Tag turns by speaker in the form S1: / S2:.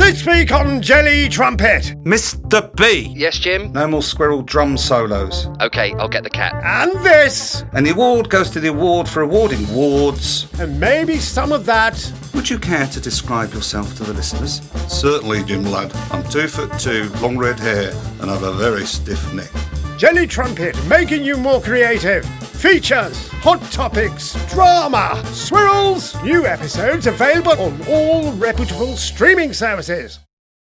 S1: I speak on jelly trumpet
S2: Mr. B.
S3: Yes, Jim?
S4: No more squirrel drum solos.
S3: Okay, I'll get the cat.
S1: and this
S4: And the award goes to the award for awarding wards.
S1: and maybe some of that.
S4: Would you care to describe yourself to the listeners?
S5: Certainly, Jim lad. I'm two foot two, long red hair, and have a very stiff neck.
S1: Jelly trumpet making you more creative. Features, hot topics, drama, swirls. New episodes available on all reputable streaming services.